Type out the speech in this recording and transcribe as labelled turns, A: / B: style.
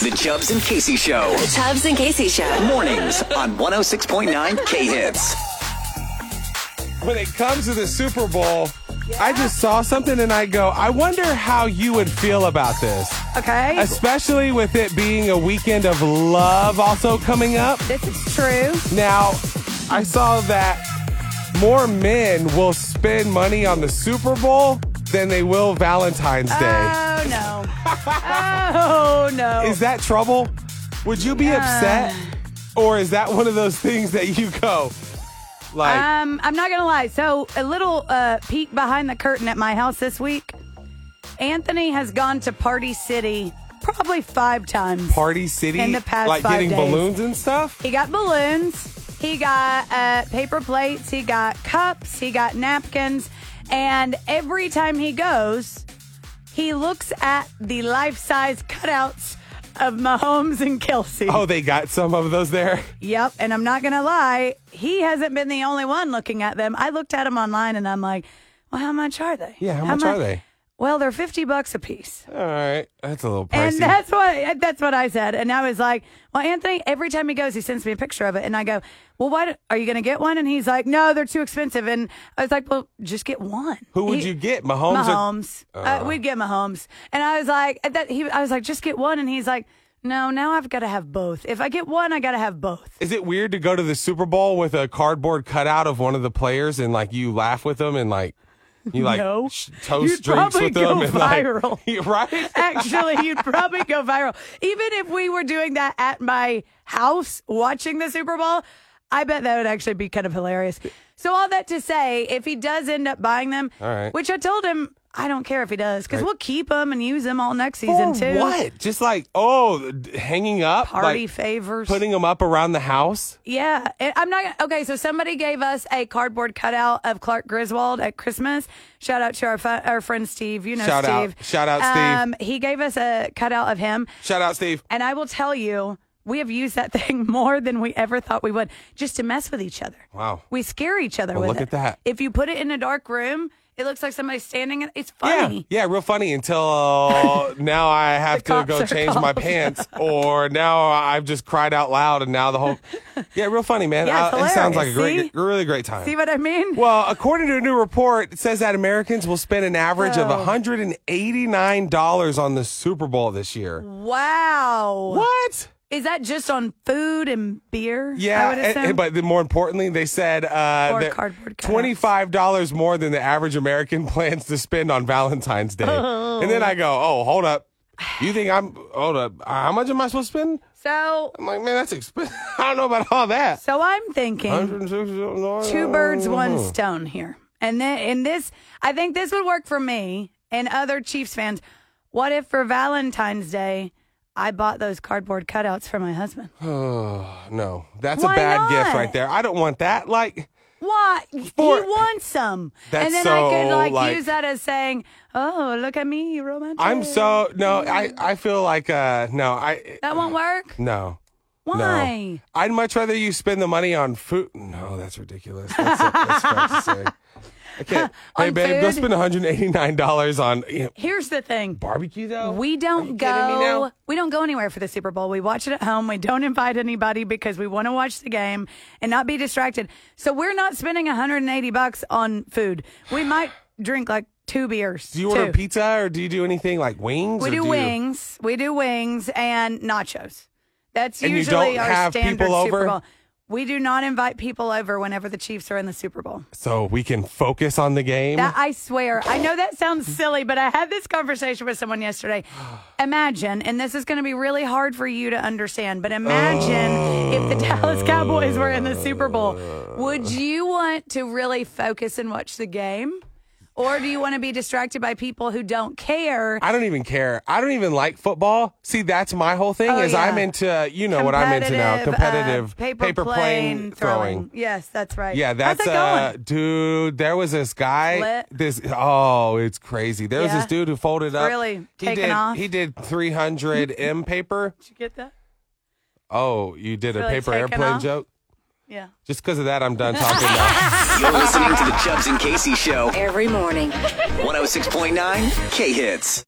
A: The Chubbs and Casey Show.
B: The Tubbs and Casey Show.
A: Mornings on 106.9 K Hits.
C: when it comes to the Super Bowl, I just saw something and I go, I wonder how you would feel about this.
D: Okay.
C: Especially with it being a weekend of love also coming up.
D: This is true.
C: Now, I saw that more men will spend money on the Super Bowl than they will Valentine's Day.
D: Oh no. Oh no.
C: Is that trouble? Would you be upset? Or is that one of those things that you go, like,
D: um, I'm not gonna lie. So a little uh, peek behind the curtain at my house this week. Anthony has gone to Party City probably five times.
C: Party City?
D: In the past
C: like
D: five
C: getting
D: days.
C: balloons and stuff?
D: He got balloons. He got uh, paper plates. He got cups. He got napkins. And every time he goes, he looks at the life-size cutouts of Mahomes and Kelsey.
C: Oh, they got some of those there.
D: Yep. And I'm not going to lie, he hasn't been the only one looking at them. I looked at them online and I'm like, well, how much are they?
C: Yeah, how much are they? Oh,
D: Well, they're 50 bucks a piece.
C: All right, that's a little pricey.
D: And that's what that's what I said. And I was like, "Well, Anthony, every time he goes, he sends me a picture of it." And I go, "Well, what are you going to get one?" And he's like, "No, they're too expensive." And I was like, "Well, just get one."
C: Who would
D: He-
C: you get, Mahomes? or- Oh.
D: Mahomes. uh, we'd get Mahomes. And I was like, that, he, I was like, just get one. And he's like, no, now I've got to have both. If I get one, I got to have both.
C: Is it weird to go to the Super Bowl with a cardboard cutout of one of the players and like you laugh with them and like you like
D: No.
C: sh- toast
D: You'd
C: drinks
D: probably
C: with them
D: go
C: and like
D: viral.
C: Yeah, right?
D: Actually, you'd probably go viral. Even if we were doing that at my house watching the Super Bowl, I bet that would actually be kind of hilarious. So, all that to say, if he does end up buying them,
C: All right.
D: which I told him, I don't care if he does, because
C: Right.
D: we'll keep them and use them all next
C: For
D: season, too.
C: Oh, what? Just like oh, d- hanging up,
D: Party
C: like,
D: favors.
C: putting them up around the house.
D: Yeah, and I'm not gonna- okay. So somebody gave us a cardboard cutout of Clark Griswold at Christmas. Shout out to our fu- our friend Steve. You know
C: Shout out.
D: Steve.
C: Shout out, Steve.
D: Um, he gave us a cutout of him,
C: Shout out, Steve.
D: and I will tell you, we have used that thing more than we ever thought we would, just to mess with each other.
C: Wow.
D: We scare each other
C: Well,
D: with
C: look
D: it.
C: at that.
D: If you put it in a dark room, it looks like somebody's standing. in- It's
C: Yeah,
D: funny.
C: yeah, real funny until uh, now I have to
D: cops
C: go
D: are
C: change my
D: called.
C: pants, or now I've just cried out loud, and now the whole yeah, real funny, man.
D: Yeah, it's
C: Uh, it sounds like a
D: hilarious.
C: great, really great time.
D: See what I mean?
C: well, according to a new report, it says that Americans will spend an average of
D: Oh.
C: $189 on the Super Bowl this year.
D: Wow.
C: What?
D: Is that just on food and beer? I
C: Yeah,
D: would
C: and-
D: assume?
C: and- but then more importantly, they said uh,
D: Or
C: that
D: cardboard cutouts.
C: $25 more than the average American plans to spend on Valentine's Day. And then I go, oh, hold up. You think I'm, hold up, how much am I supposed to spend?
D: so
C: I'm like, man, that's expensive. I don't know about all that.
D: So I'm thinking
C: $160.
D: two birds,
C: Oh.
D: one stone here. And then in this, I think this would work for me and other Chiefs fans. What if for Valentine's Day, I bought those cardboard cutouts for my husband?
C: No, that's
D: Why
C: a bad gift
D: not?
C: right there. I don't want that. Like,
D: Why?
C: For-
D: he wants some.
C: That's
D: and then I could
C: so,
D: like,
C: like-
D: use that as saying, oh, look at me, romantic.
C: I'm so, no, I, I feel like, uh, no, I,
D: That won't work?
C: no. No.
D: Why?
C: I'd much rather you spend the money on food. No, that's ridiculous. That's, that's false to say. I can't. hey,
D: On
C: babe, go
D: food?
C: spend $189 on you know,
D: Here's the thing.
C: barbecue, though.
D: We
C: Are you
D: don't
C: kidding me
D: go.
C: now?
D: We don't go anywhere for the Super Bowl. We watch it at home. We don't invite anybody because we want to watch the game and not be distracted. So we're not spending 180 bucks on food. We might drink like two beers.
C: Do you order
D: two.
C: pizza or do you do anything like wings?
D: We
C: or
D: do
C: you-
D: wings. We do wings and nachos. That's
C: And you
D: usually
C: don't
D: our
C: have
D: standard
C: people
D: Super
C: over?
D: Bowl. We do not invite people over whenever the Chiefs are in the Super Bowl.
C: So we can focus on the game.
D: That I swear. I know that sounds silly, but I had this conversation with someone yesterday. Imagine, and this is going to be really hard for you to understand, but imagine if the Dallas Cowboys were in the Super Bowl. Would you want to really focus and watch the game? Or do you want to be distracted by people who don't care?
C: I don't even care. I don't even like football. See, that's my whole thing
D: Oh,
C: is
D: yeah.
C: I'm into, you know what I'm into now, competitive
D: uh, paper, plane, throwing. Yes, that's right.
C: Yeah, that's
D: How's that
C: uh,
D: going?
C: dude. There was this guy.
D: Lit.
C: This oh, it's crazy. There was
D: Yeah.
C: this dude who folded up.
D: Really
C: he
D: taken
C: did,
D: off.
C: He did 300 M paper.
D: Did you get that?
C: Oh, you did a
D: Really
C: paper
D: taken
C: airplane
D: off.
C: joke.
D: Yeah.
C: Just because of that, I'm done talking now.
A: You're listening to The Chubbs and Casey Show.
B: Every morning.
A: 106.9 K Hits.